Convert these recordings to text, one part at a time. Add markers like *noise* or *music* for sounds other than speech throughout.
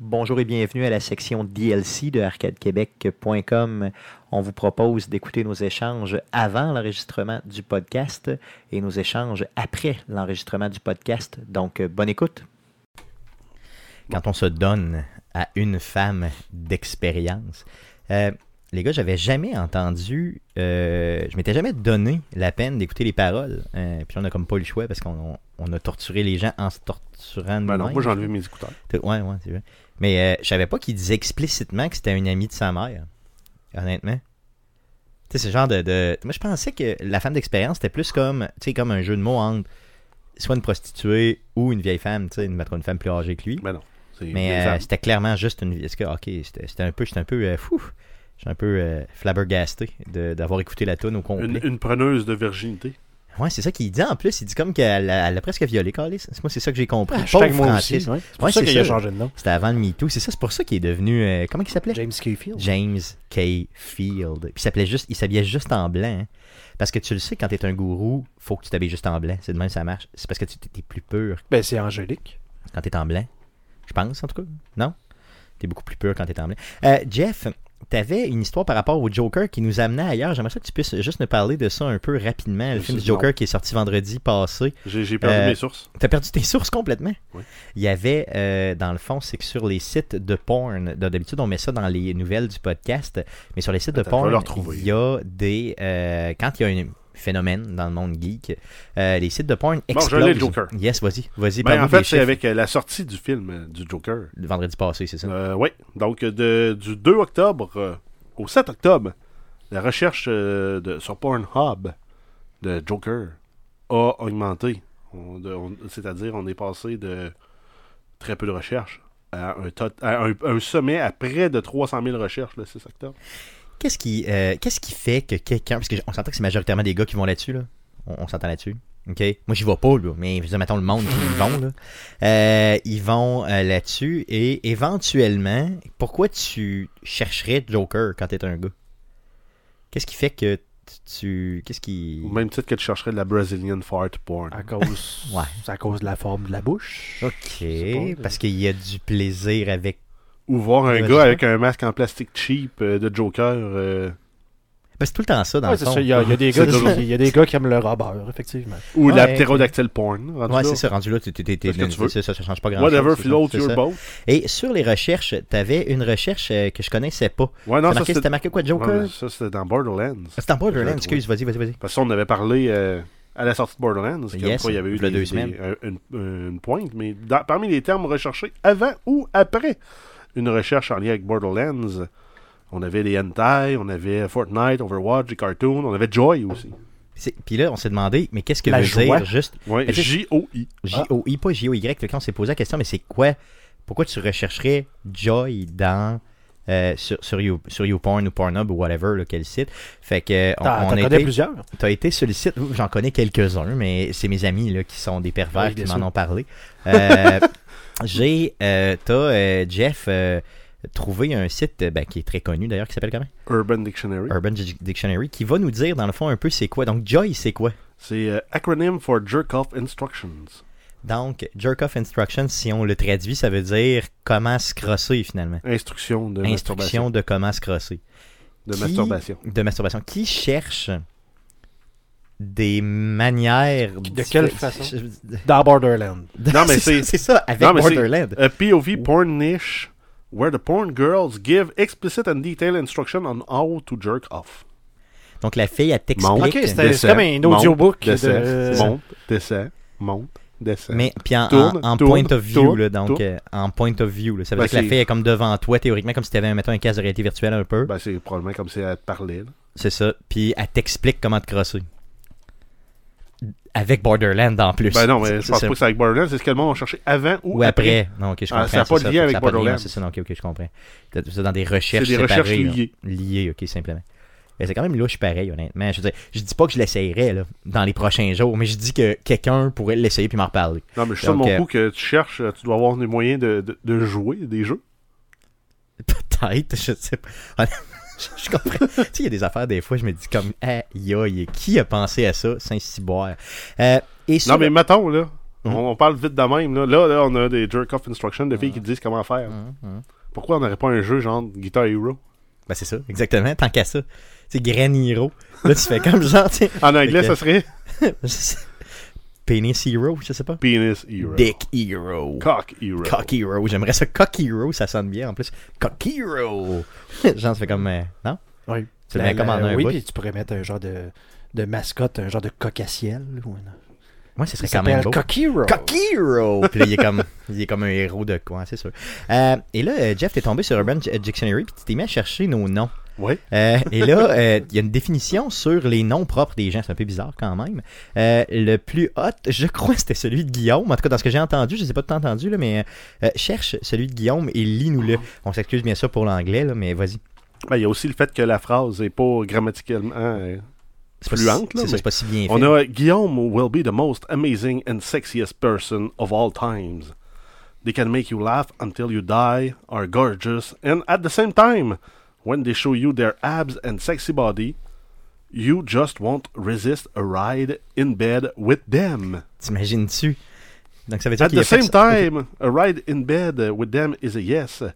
Bonjour et bienvenue à la section DLC de arcadequebec.com. On vous propose d'écouter nos échanges avant l'enregistrement du podcast et nos échanges après l'enregistrement du podcast. Donc, euh, bonne écoute. Quand on se donne à une femme d'expérience, euh, les gars, j'avais jamais entendu, euh, je m'étais jamais donné la peine d'écouter les paroles. Euh, puis on a comme pas eu le choix parce qu'on on- on a torturé les gens en se torturant. Ben non, nous-mêmes. moi j'ai enlevé mes écouteurs. T'as- Ouais, ouais, c'est vrai. Mais euh, je savais pas qu'il disait explicitement que c'était une amie de sa mère. Honnêtement. Tu sais, ce genre de, de- Moi, je pensais que la femme d'expérience, c'était plus comme, tu sais, comme un jeu de mots entre soit une prostituée ou une vieille femme, tu sais, une, mettons, une femme plus âgée que lui. Ben non. C'est Mais des euh, femmes. c'était clairement juste une. Est-ce que, ok, c'était c'était un peu. J'étais un peu. euh, fou. J'étais un peu euh, flabbergasté de- d'avoir écouté la toune au complet. une, une preneuse de virginité. Ouais, c'est ça qu'il dit en plus. Il dit comme qu'elle a, elle a presque violé, Carlis. Moi, c'est ça que j'ai compris. Hashtag Pauvre moi Francis. aussi. ouais. C'est pour Ouais, ça c'est qu'il a ça. changé de nom. C'était avant le MeToo. C'est ça, c'est pour ça qu'il est devenu. euh, comment il s'appelait James Kayfield. James K. Field. Puis il s'appelait juste, il s'habillait juste en blanc. hein. Parce que tu le sais, quand t'es un gourou, faut que tu t'habilles juste en blanc. C'est de même que ça marche. C'est parce que tu t'es plus pur Ben, c'est Angélique. quand t'es en blanc. Je pense, en tout cas. Non? T'es beaucoup plus pur quand t'es en blanc. Euh, Jeff, t'avais une histoire par rapport au Joker qui nous amenait ailleurs. J'aimerais ça que tu puisses juste nous parler de ça un peu rapidement. Le Je film sais- du Joker qui est sorti vendredi passé. J'ai j'ai perdu Euh, mes sources. T'as perdu tes sources complètement. Oui. Il y avait, euh, dans le fond, c'est que sur les sites de porn, d- d'habitude on met ça dans les nouvelles du podcast, mais sur les sites Attends, je vais de le porn, retrouver. il y a des... euh, quand il y a un phénomène dans le monde geek, euh, les sites de porn Bon, je explosent. l'ai, le Joker. Yes, vas-y, vas-y. Ben, parle-nous en des fait, c'est chiffres. avec euh, la sortie du film euh, du Joker. Le vendredi passé, c'est ça. Euh, oui, donc euh, de- du 2 octobre euh, au 7 octobre, la recherche euh, de, sur Pornhub de Joker a augmenté. On- de- on- C'est-à-dire, on est passé de très peu de recherches à un, tot- à un- un sommet à près de 300 000 recherches le 6 octobre. Qu'est-ce qui, euh, qu'est-ce qui fait que quelqu'un. Parce qu'on s'entend que c'est majoritairement des gars qui vont là-dessus, là. On, on s'entend là-dessus. OK? Moi, j'y vais pas, là. Mais, je veux dire, mettons, le monde qui y vont, là. Euh, ils vont euh, là-dessus. Et éventuellement, pourquoi tu chercherais Joker quand t'es un gars? Qu'est-ce qui fait que tu- tu. Qu'est-ce qui. Au même titre que tu chercherais de la Brazilian fart porn. À cause, Ouais. c'est à cause de la forme de la bouche. OK. Parce qu'il y a du plaisir avec. Ou voir un Ouais, gars c'est avec un masque en plastique cheap euh, de Joker. euh, Ben, c'est tout le temps ça, dans Ouais, le c'est fond. ça. Il y, a- il y a des C'est gars drôle. qui- il y a des gars qui aiment le robeur, effectivement. ou Ouais, la ok. ptérodactyle porn. rendu Ouais, là. c'est ça. Rendu là, tu t'es. Fais ce que tu veux. Ça, ça change pas grand-chose. Whatever c'est ça, floats c'est your ça. boat. Et sur les recherches, t'avais une recherche euh, que je connaissais pas. Ouais, T'as non, ça marqué- c'était C'était marqué quoi, Joker Ouais, ça, c'était dans Borderlands. Ah, C'est en Je l'ai Borderlands, trouvé. excuse, vas-y, vas-y, vas-y. Parce qu'on avait parlé euh, à la sortie de Borderlands. comme Yes, quoi il y avait eu il y a des- deux des- semaines. un- une, une pointe, mais dans- parmi les termes recherchés avant ou après une recherche en lien avec Borderlands, on avait les hentai, on avait Fortnite, Overwatch, les cartoons, on avait Joy aussi. C'est- Puis là, on s'est demandé, mais qu'est-ce que La veut joie. dire juste Ouais, Mais tu- J-O-I. J-O-I, pas J-O-Y Quand on s'est posé la question, mais c'est quoi Pourquoi tu rechercherais Joy dans. euh, sur, sur, You- sur YouPorn ou Pornhub ou whatever, là, quel site. Fait que, euh, on, T'en on t'en a connais été- plusieurs. T'as été sur le site, Ouh, j'en connais quelques-uns, mais c'est mes amis là, qui sont des pervers Oui, qui bien m'en sûr. ont *laughs* parlé. Euh, J'ai, euh, t'as euh, Jeff euh, trouvé un site euh, ben, qui est très connu d'ailleurs, qui s'appelle comment Urban Dictionary. Urban Dig- Dictionary, qui va nous dire dans le fond un peu c'est quoi. Donc Joy, c'est quoi C'est euh, acronym for Jerk Off Instructions. Donc Jerk Off Instructions, si on le traduit, ça veut dire comment se crosser finalement. Instruction de masturbation. Instruction de comment se crosser. De Qui- masturbation. De masturbation. Qui cherche des manières. De quelle diffé- *laughs* façon? Dans Borderland. Non, mais ça, *laughs* c'est- c'est ça, avec Non, mais c'est- Borderland. A POV porn niche where the porn girls give explicit and detailed instruction on how to jerk off. Donc la fille, elle Monte, t'explique. Ok, c'était- c'est comme un monte, audiobook de- Descend, C'est ça. monte, descend, monte, descend. mais puis en, Tourne, en- en tourne, point of view, tourne, là, donc tourne. euh, en point of view, là, ça veut Ben, dire que la c'est- fille est comme devant toi théoriquement, comme si tu avais mettons, un casque de réalité virtuelle un peu. Ben, c'est probablement comme si elle te parlait. là. C'est ça. Puis elle t'explique comment te crosser. Avec Borderland en plus. Ben non, mais C'est- je pense c'est- pas que c'est avec Borderlands. C'est ce que le monde a cherché avant ou, Ou après. Non, ok, je comprends. Ah, ça a c'est pas de lien Fait que avec ça a pas de Borderlands. C'est ça, non, ok, ok, je comprends. Peut-être que C'est dans des recherches C'est des séparées, recherches là. liées. Liées, ok, simplement. Mais c'est quand même louche pareil, honnêtement. Je veux dire, je dis pas que je l'essayerais là, dans les prochains jours, mais je dis que quelqu'un pourrait l'essayer puis m'en reparler. *laughs* Non, mais je suis sûr de Donc, euh, mon coup que tu cherches, euh, tu dois avoir des moyens de, de, de jouer des jeux. Peut-être, je sais pas. *laughs* Honnêtement, Je je comprends. *laughs* tu sais, il y a des affaires, des fois, je me dis comme, aïe, aïe, qui a pensé à ça, Saint-Cyboire? Euh, et sur- Non, mais mettons, là, Mhm. On, on parle vite de même. Là, là, là, on a des jerk-off instructions de filles qui disent comment faire. Hum, hum. Pourquoi on n'aurait pas un jeu genre Guitar Hero Ben, c'est ça, exactement. Tant qu'à ça. Tu sais, Grand Hero. Là, tu fais comme genre, tu En anglais, Ok. ça serait sais. Penis Hero, je sais pas. Penis Hero. Dick Hero. Cock Hero. Cock Hero. J'aimerais ça. Cock Hero, ça sonne bien en plus. Cock Hero. *laughs* genre, tu fais comme. euh, non? Oui. Tu le mets comme en un Oui, bout. puis tu pourrais mettre un genre de, de mascotte, un genre de coq à ciel. Ou un... Moi, ce serait Ça quand même s'appelle beau. Cock Hero. Cock Hero! Puis là, il est comme, il est comme un héros de quoi, c'est sûr. Euh, et là, euh, Jeff, t'es tombé sur Urban J- Dictionary, puis tu t'es mis à chercher nos noms. Oui. Euh, et là, euh, il y a une définition sur les noms propres des gens. C'est un peu bizarre quand même. Euh, le plus hot, je crois, *laughs* c'était celui de Guillaume. En tout cas, dans ce que j'ai entendu, je ne sais pas de t'as entendu, là, mais euh, euh, cherche celui de Guillaume et lis-nous-le. On s'excuse bien sûr pour l'anglais, là, mais vas-y. Ben, il y a aussi le fait que la phrase est pas grammaticalement. euh, C'est pas Fluente, si- là, c'est ça, mais c'est pas si bien fait. on a Guillaume will be the most amazing and sexiest person of all times. They can make you laugh until you die, are gorgeous, and at the same time, when they show you their abs and sexy body, you just won't resist a ride in bed with them. T'imagines-tu? Donc, ça veut dire At qu'il a the fait same ça- time, a ride in bed uh, with them is a yes, uh,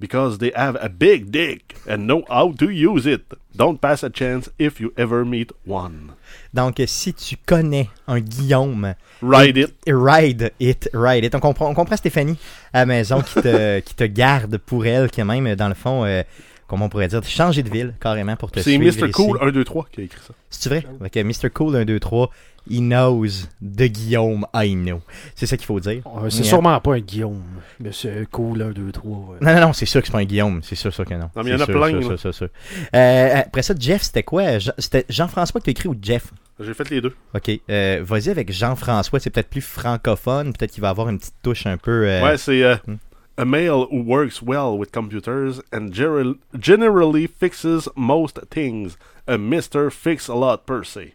because they have a big dick and know how to use it. Don't pass a chance if you ever meet one. Donc, si tu connais un Guillaume, Ride it. ride it, ride it. On comprend, on comprend Stéphanie à la maison qui *laughs* te, qui te garde pour elle, qui a même, dans le fond, euh, comment on pourrait dire, changer de ville carrément pour te C'est suivre Mr. ici. Cool 123 qui a écrit ça. C'est vrai? Avec euh, Mr. Cool 1, 2, 3, he knows de Guillaume, I know. C'est ça qu'il faut dire. Euh, C'est Yeah. sûrement pas un Guillaume. Mais c'est cool, un, deux, trois. Non, non, non, c'est sûr que c'est pas un Guillaume. C'est sûr, sûr que non. Non, mais il y en C'est a sûr, plein, sûr, là. sûr, sûr, sûr. Euh, après ça, Jeff, c'était quoi? Je- C'était Jean-François que tu écrit ou Jeff? J'ai fait les deux. Ok, euh, vas-y avec Jean-François, c'est peut-être plus francophone, peut-être qu'il va avoir une petite touche un peu... euh, ouais, c'est euh, hmm. A male who works well with computers and geral- generally fixes most things. A Mr. Fix-A-Lot per se.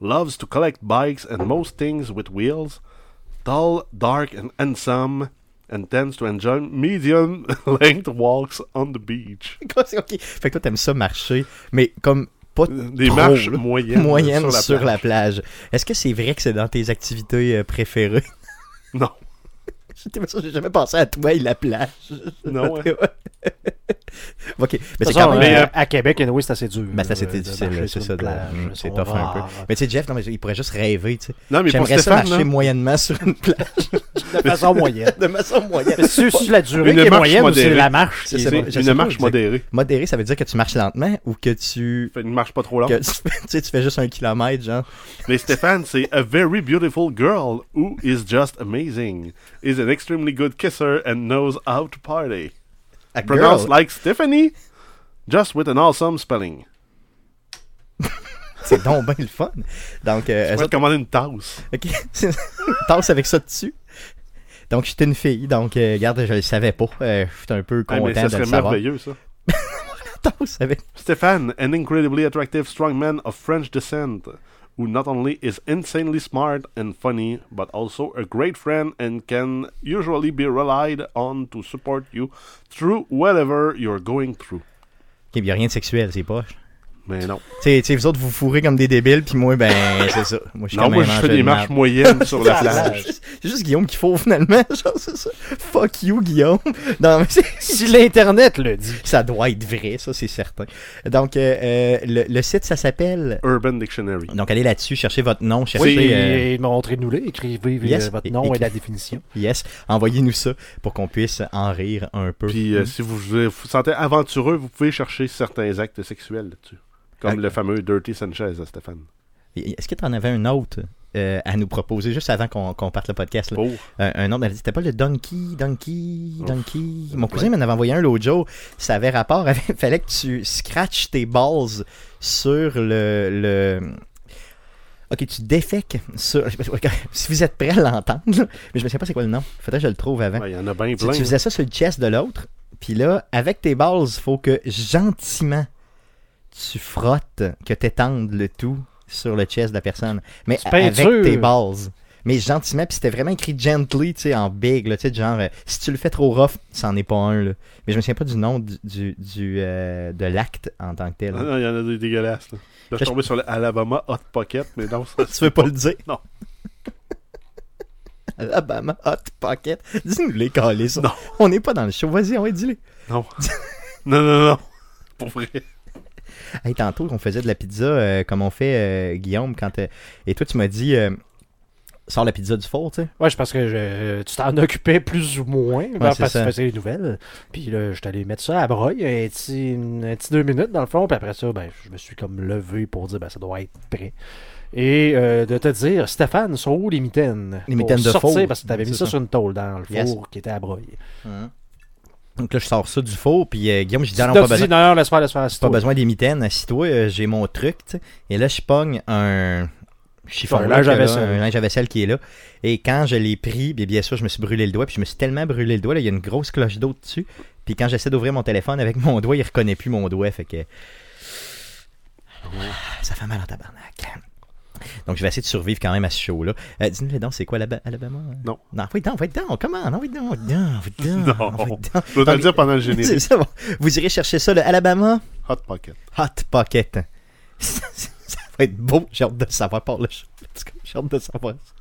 Loves to collect bikes and most things with wheels. Tall, dark and handsome. And tends to enjoy *laughs* medium-length walks on the beach. *laughs* ok. Fait que toi, t'aimes ça marcher, mais comme pas Des Trop, marches là. moyennes, moyenne euh, sur la plage. plage. Est-ce que c'est vrai que c'est dans tes activités euh, préférées? *laughs* Non. J'étais pas sûr, j'ai jamais pensé à toi et la plage. *laughs* Non, hein. ok, mais c'est De toute façon, quand même... mais, euh, euh, à Québec, anyway, c'est assez dur. Ben, c'est assez euh, de difficile, marcher c'est sur ça, une de- plage. mm, Ils c'est sont tough un peu. rares. Mais tu sais, Jeff, non, mais il pourrait juste rêver, tu sais. Non, mais pour J'aimerais ça Stéphane, hein. marcher non. moyennement sur une plage, De façon moyenne. de façon moyenne. Mais c'est c'est la durée Une qui est marche moyenne ou c'est modérée. la marche? C'est qui est- ça, C'est je sais une pas, marche exact. modérée. *laughs* Modéré, ça veut dire que tu marches lentement ou que tu... Fait une marche pas trop longue. que *laughs* tu fais- tu sais, tu fais juste un kilomètre, genre. Mais Stéphane, c'est A very beautiful girl who is just amazing, is an extremely good kisser and knows how to party. A Pronounced girl. like Stephanie, just with an awesome spelling. C'est donc bien le fun. Donc, euh, Je elles vais te commander une tasse. Ok, *laughs* c'est- tasse avec ça dessus. Donc, j'étais une fille, donc, euh, regarde, je le savais pas. Euh, j'étais un peu Ah, content mais ça de le serait savoir. merveilleux, ça. *laughs* Tasse avec. Stéphane, an incredibly attractive strong man of French descent, who not only is insanely smart and funny, but also a great friend and can usually be relied on to support you through whatever you're going through. Ok, y a rien de sexuel, c'est pas. Mais non. Tu sais- tu sais, vous autres, vous fourrez comme des débiles, puis moi, ben, *laughs* c'est ça. Moi, je suis Non, comme moi, un je ange fais de des merde. marches moyennes sur *laughs* la C'est la plage. plage. C'est juste- c'est juste Guillaume qu'il faut, finalement. *laughs* Genre, c'est ça. Fuck you, Guillaume. *laughs* Non, mais c'est- Si l'Internet le dit. ça doit être vrai, ça, c'est certain. Donc, euh, euh, le, le site, ça s'appelle. Urban Dictionary. Donc, allez là-dessus, cherchez votre nom, cherchez. Oui, euh, et montrez-nous-le, écrivez euh, Yes. votre Et- nom écri- et la définition. Yes, envoyez-nous ça pour qu'on puisse en rire un peu. Puis euh, Mm. si vous vous vous sentez aventureux, vous pouvez chercher certains actes sexuels là-dessus. Comme Ok. le fameux Dirty Sanchez à Stéphane. Et Est-ce que tu en avais un autre euh, à nous proposer juste avant qu'on qu'on parte le podcast? là? Oh, Un, un autre, elle dit, c'était pas le Donkey, Donkey, Ouf. Donkey. Mon cousin Ouais. m'en avait envoyé un l'autre jour. Ça avait rapport avec. *laughs* fallait que tu scratches tes balls sur le. le... Ok, tu défèques sur. *laughs* si vous êtes prêts à l'entendre, là, mais je me sais pas c'est quoi le nom. Faudrait que je le trouve avant. ben, il y en a bien Tu, plein. tu faisais ça sur le chest de l'autre, puis là, avec tes balls, faut que gentiment tu frottes, que t'étendes le tout sur le chest de la personne. Mais C'est a- avec peinture. tes balls. Mais gentiment, puis c'était vraiment écrit gently, tu sais, en big, là, tu sais, genre, euh, si tu le fais trop rough, c'en est pas un, là. Mais je me souviens pas du nom du, du, du, euh, de l'acte en tant que tel. *laughs* Ah non, il y en a des dégueulasses. Là, Là, je Je- suis *laughs* tombé sur le Alabama Hot Pocket, mais non, ça. tu veux pas le dire? Non. Alabama Hot Pocket. Dis-nous les calés, ça. Non. On n'est pas dans le show. Vas-y, on va dis-les. Non. non, non, non. Pour vrai. Hey, tantôt, on faisait de la pizza euh, comme on fait, euh, Guillaume, quand. euh, et toi, tu m'as dit, euh, sors la pizza du four, tu sais. Ouais, je pense que je- tu t'en occupais plus ou moins ben, c'est parce que ça. tu faisais les nouvelles. Puis là, je t'allais mettre ça à broye un petit, un petit deux minutes dans le fond. Puis après ça, ben, je me suis comme levé pour dire ben, ça doit être prêt. Et euh, de te dire, Stéphane, sont où les mitaines Les mitaines pour de sortir, four. Parce que tu avais mis C'est ça, ça. sur une tôle dans le four Yes. qui était à broyer. Donc là, je sors ça du four, puis euh, Guillaume, je dis, ah, non, Hein? Tu pas t'as besoin. dit, non, non, laisse faire, laisse faire. c'est Pas toi. besoin des mitaines, assis-toi, euh, j'ai mon truc, tu sais. Et là, je pogne un chiffon, Un là, linge que à là, vaisselle. un linge à vaisselle qui est là. Et quand je l'ai pris, bien, bien sûr, je me suis brûlé le doigt, puis je me suis tellement brûlé le doigt, là, il y a une grosse cloche d'eau dessus. Puis quand j'essaie d'ouvrir mon téléphone avec *laughs* mon doigt, il reconnaît plus mon doigt, fait que... Ah, Ça fait mal en tabarnak. Donc, je vais essayer de survivre quand même à ce show-là. Euh, Dis-nous donc, c'est quoi l'Alaba- l'Alabama? hein? Non. Non, va donc, va donc, comment? Non, va donc, va donc, va Non. donc. Je dois te le dire pendant le *laughs* C'est générique. ça, bon. Vous irez chercher ça, le Alabama? Hot Pocket. Hot Pocket. *laughs* ça va être beau. J'ai hâte de savoir par le show. Let's go. J'ai hâte de savoir ça.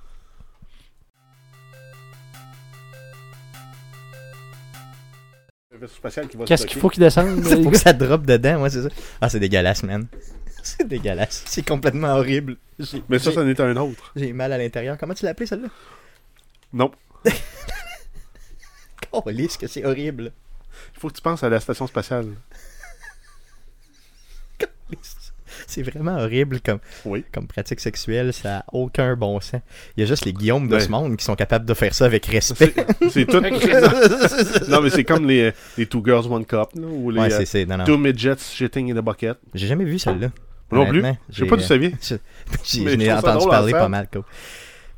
Un vaisseau spatial qui va Qu'est-ce se qu'il bloquer. faut qu'il *laughs* descende C'est les pour gars? que ça drop dedans, moi, c'est ça. Ah, c'est dégueulasse, man. *laughs* C'est dégueulasse. C'est complètement horrible. J'ai- Mais ça, j'ai- ça en est un autre. J'ai mal à l'intérieur. Comment tu l'as appelé, celle-là? *laughs* Non. Calisse Oh, que c'est horrible. *laughs* Il faut que tu penses à la station spatiale. Calisse. C'est vraiment horrible comme, Oui. comme pratique sexuelle. Ça n'a aucun bon sens. Il y a juste les Guillaume de Ouais. ce monde qui sont capables de faire ça avec respect. *laughs* C'est c'est tout. non, mais c'est comme les, euh, les Two Girls One Cup. là, ou les Ouais, euh, c'est- c'est. Non, non. Two Midgets Shitting in a Bucket. J'ai jamais vu celle-là. Non plus. Honnêtement, Je sais pas j'ai- euh, du saviez. *laughs* J'ai- Mais je je n'ai trouve ça entendu drôle à parler faire. pas mal. cool.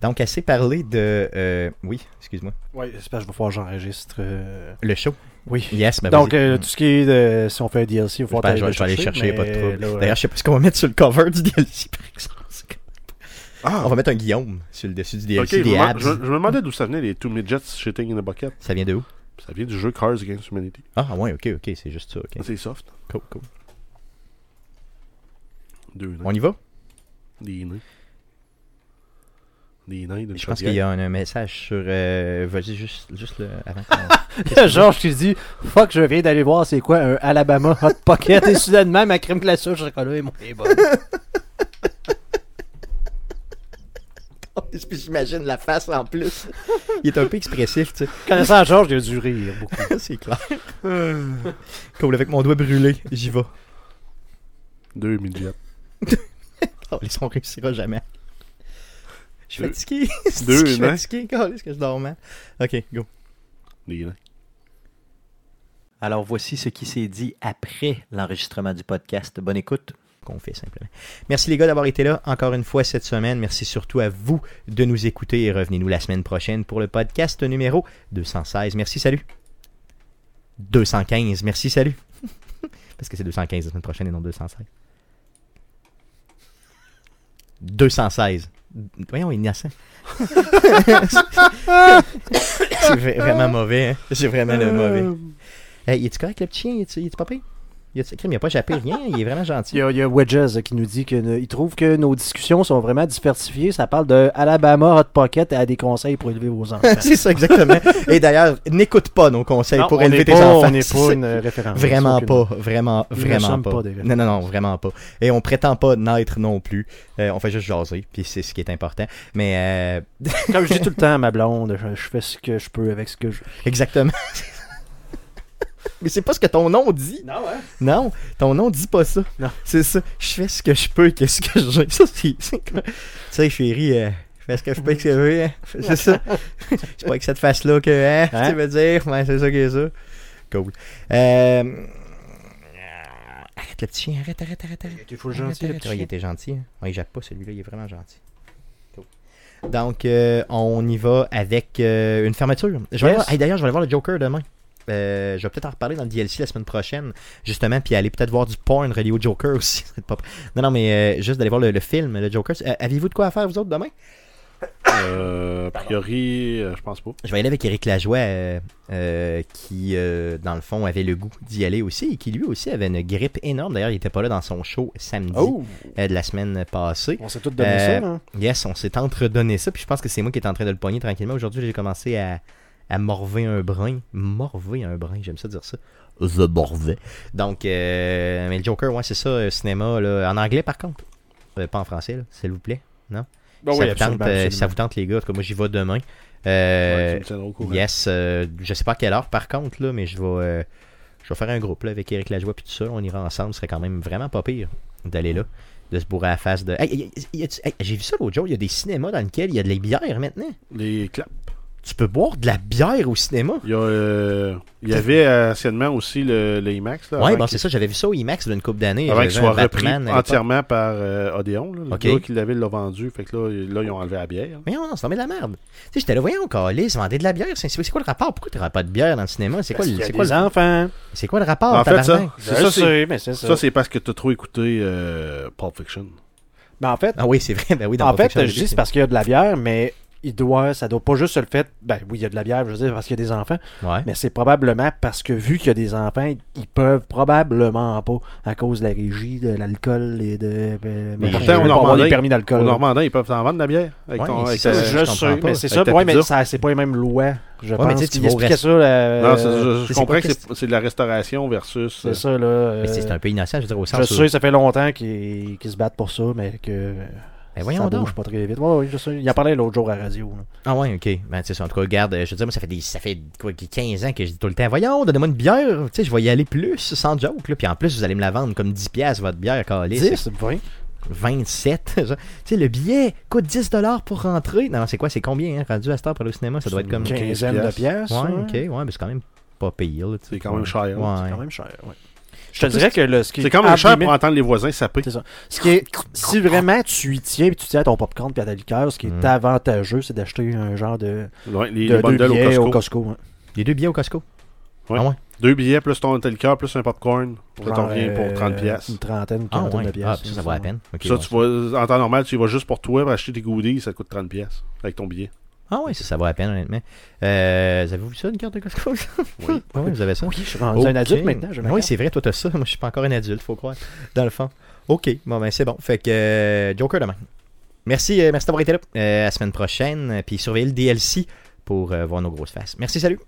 Donc, assez parlé de. euh, oui, excuse-moi. Ouais, c'est parce que je vais falloir que j'enregistre. euh, Le show. Oui. Yes, ben Donc, vas-y. euh, tout ce qui est. de- si on fait un DLC, il va je, falloir vais- t'aller je vais- le je vais aller chercher, mais pas de trouble. là, ouais. D'ailleurs, je sais pas ce qu'on va mettre sur le cover du DLC, par exemple. C'est que- Ah, On va mettre un Guillaume sur le dessus du ok. DLC, Je, des me- abs. je- je me demandais d'où ça venait les Two Midgets Shitting in a Bucket. Ça vient de où Ça vient du jeu Cars Against Humanity. Ah, ouais, ok, ok, c'est juste ça. ok. C'est soft. Cool, cool. Deux nains. On y va Des nains. Des nains d'une Je pense chaudière. qu'il y a un, un message sur. euh, Vas-y, juste, juste le. Avant qu'on- *laughs* Georges qui se dit Fuck, je viens d'aller voir c'est quoi un Alabama Hot Pocket et soudainement ma crème glacée au chocolat est moins *laughs* bonne. Puis J'imagine la face en plus. Il est un peu expressif, tu sais. Connaissant Georges, il a dû rire beaucoup. C'est clair. Cool, avec mon doigt brûlé, j'y vais. Deux midgets. *laughs* Oh, les on réussira jamais. Je suis Deux. fatigué. *laughs* C'est-tu que Deux, Je suis hein? fatigué. Est-ce que je dors mal? Ok, go. Des nains. Alors voici ce qui s'est dit après l'enregistrement du podcast. Bonne écoute. Qu'on fait simplement. Merci les gars d'avoir été là encore une fois cette semaine. Merci surtout à vous de nous écouter et revenez-nous la semaine prochaine pour le podcast numéro 216. Merci, salut. 215, merci, salut. *laughs* Parce que c'est 215 la semaine prochaine et non 216. 216. Voyons, innocent. *laughs* c'est vra- vraiment mauvais. Hein? C'est vraiment le mauvais. Hey, est tu correct, le petit chien? Est-tu est pas pire? Il a-tu- crime, il a pas jappé rien, il est vraiment Il y *laughs* gentil. *laughs* a, il y a Wedges qui nous dit qu'il trouve que nos discussions sont vraiment diversifiées. Ça parle de Alabama Hot Pocket à des conseils pour élever vos enfants. c'est ça, exactement. Et d'ailleurs, n'écoute pas nos conseils Non, pour on élever n'est tes pas- enfants. On n'est C'est- *laughs* pas une référence. Vraiment aucunement. pas, vraiment, Nous ne vraiment sommes pas. pas des références. non, non, non, vraiment pas. Et on prétend pas naître non plus. Euh, on fait juste jaser, puis c'est ce qui est important. Mais euh, Comme je dis tout le temps à ma blonde, je, je fais ce que je peux avec ce que je. exactement. *laughs* Mais c'est pas ce que ton nom dit. Non, ouais. Non, ton nom dit pas ça. Non. C'est ça. Je fais ce que je peux, qu'est-ce que j'ai. Ça, c'est. c'est quoi? Tu sais, chérie, euh, je fais ce que je peux, qu'est-ce que je veux. *laughs* hein. C'est ça. c'est pas avec cette face-là que. Hein, Hein? Tu veux dire. Ouais, c'est ça qui est ça. Cool. Euh... Arrête le petit chien, arrête, arrête, arrête. arrête. Tu fou Arrête, gentil. le arrête. petit Ouais, Ah, il chien. était gentil. hein. Ouais, il jappe pas celui-là, il est vraiment gentil. Cool. Donc, euh, on y va avec euh, une fermeture. Je vais aller Yes. voir- hey, D'ailleurs, je vais aller voir le Joker demain. Euh, je vais peut-être en reparler dans le DLC la semaine prochaine, justement, puis aller peut-être voir du porn relié au Joker *laughs* aussi. Ça va être pas- Non, non, mais euh, juste d'aller voir le, le film, le Joker. Euh, Aviez-vous de quoi à faire, vous autres, demain Euh, a priori, euh, je pense pas. Je vais aller avec Éric Lajoie, euh, euh, qui, euh, dans le fond, avait le goût d'y aller aussi et qui, lui aussi, avait une grippe énorme. D'ailleurs, il n'était pas là dans son show samedi Oh! euh, de la semaine passée. On s'est tous donné Euh, ça, hein? Yes, on s'est entredonné ça, puis je pense que c'est moi qui est en train de le pogner tranquillement. Aujourd'hui, j'ai commencé à, à morver un brin. Morver un brin, j'aime ça dire ça. The morvais. Donc, euh, mais le Joker, ouais, c'est ça, euh, cinéma, là. en anglais par contre. Euh, pas en français, là, s'il vous plaît. Non? Ben ça, oui, vous absolument, tente, euh, absolument. ça vous tente, les gars. En tout cas, moi, j'y vais demain. Ouais, Euh, tu me tiendras au courant. Yes, euh, je sais pas à quelle heure par contre, là, mais je vais, euh, je vais faire un groupe là, avec Eric Lajoie puis tout ça. On ira ensemble. Ce serait quand même vraiment pas pire d'aller là, de se bourrer à la face de. Hey, hey, hey, y a-tu- hey, J'ai vu ça l'autre jour. Il y a des cinémas dans lesquels il y a de la bière maintenant. Les claps. Tu peux boire de la bière au cinéma. Il y, a, euh, il y avait anciennement aussi le, le IMAX. Là, Ouais, avant bon, c'est qu'il- ça. J'avais vu ça au IMAX d'une coupe d'années. Ah, Avant J'avais qu'il soit un repris Batman à l'époque. entièrement par euh, Odéon. Là, le Ok. gars qui l'avait l'a vendu. Fait que là, ils- là, ils ont enlevé la bière. Mais non, c'est de la merde. Tu sais, j'étais là, voyons, Calis, vendez de la bière. C'est c'est quoi le rapport Pourquoi tu pas de bière dans le cinéma C'est quoi, Parce le- qu'il y a c'est quoi, des le- enfants? c'est quoi le rapport en fait, ça, Ah, tabarnak? c'est Je ça, c'est- sais, mais c'est ça. ça, c'est parce que t'as trop écouté euh, Pulp Fiction. Mais en fait, Ah oui, c'est vrai. Ben oui, dans en fait, Perfection je dis Day, c'est parce qu'il y a de la bière, mais il doit, ça doit pas juste se le fait. Ben oui, il y a de la bière, je veux dire, parce qu'il y a des enfants. Ouais. Mais c'est probablement parce que vu qu'il y a des enfants, ils peuvent probablement pas à cause de la régie, de l'alcool et de. ben, Mais mettons, pourtant, ils au veulent pas avoir Normandin, les permis d'alcool. Euh, Au Normandin, ils peuvent t'en vendre de la bière. Avec Ouais, ton, c'est avec ça, ta- je Je comprends sais, pas. mais c'est Avec ça. ta Ouais, mais pizza. ça, c'est pas les mêmes lois. Je Ouais, mais tu pense sais, tu qu'il vas au expliquait rest- ça. là, Non, euh, c'est- je, je c'est comprends pas que que c'est c'est de la restauration versus. C'est ça, là. Mais c'est c'est euh, un peu innocent, je veux dire, au Je sens où- sais, ça fait longtemps qu'ils qu'ils se battent pour ça, mais que. Ben ça voyons donc. bouge pas très vite. Ouais, ouais, je sais. Il en parlait l'autre jour à la radio. là. Ah ouais, ok. Ben, tu sais, en tout cas, regarde, euh, je veux dire, moi, ça fait, des, ça fait quoi, 15 ans que je dis tout le temps, voyons, donnez-moi une bière, tu sais, je vais y aller plus, sans joke, là. Puis en plus, vous allez me la vendre comme 10 piastres, votre bière, calée. 10, 20. 27. *laughs* genre. tu sais, le billet coûte 10 dollars pour rentrer. Non, non, c'est quoi, c'est combien, hein, rendu à cette heure pour le cinéma? Ça doit être comme... Ok. Ouais, 15 quinzaine de piastres. pièces. ok, ouais, mais c'est quand même pas payé, là, tu sais. C'est quand même cher, là. Ouais. C'est quand même cher, ouais. Je te dirais que le, ce qui C'est quand en même cher guillemets, pour entendre les voisins saper. C'est ça. Ce qui est, si vraiment tu y tiens et tu tiens à ton popcorn et à ta liqueur, ce qui est Mm. avantageux, c'est d'acheter un genre de, Ouais, les, de les deux bundles au billets Costco. au Costco. hein. Les deux billets au Costco. Ah Deux billets plus ton liqueur, plus un popcorn. Ça t'en Genre, revient pour euh, 30 pièces. Une trentaine, une Ah quarantaine de ouais, pièces. ah, ça, ça vaut la peine. Ok, ça, ouais. tu vas, en temps normal, tu y vas juste pour toi, pour acheter tes goodies, ça te coûte 30 pièces avec ton billet. Ah ouais, ça, ça vaut la peine, honnêtement. Euh, vous avez vu ça, une carte de Costco? Oui. Ah *laughs* ouais, vous avez ça? Oui, je suis rendu un Ok. Ben adulte maintenant. j'ai ma Oui, carte. c'est vrai, toi, t'as ça. *laughs* Moi, je suis pas encore un adulte, faut croire. Dans le fond. OK, bon, ben, c'est bon. Fait que euh, Joker demain. Merci, euh, merci d'avoir été là. Euh, à la semaine prochaine. euh, Puis surveillez le DLC pour euh, voir nos grosses faces. Merci, salut.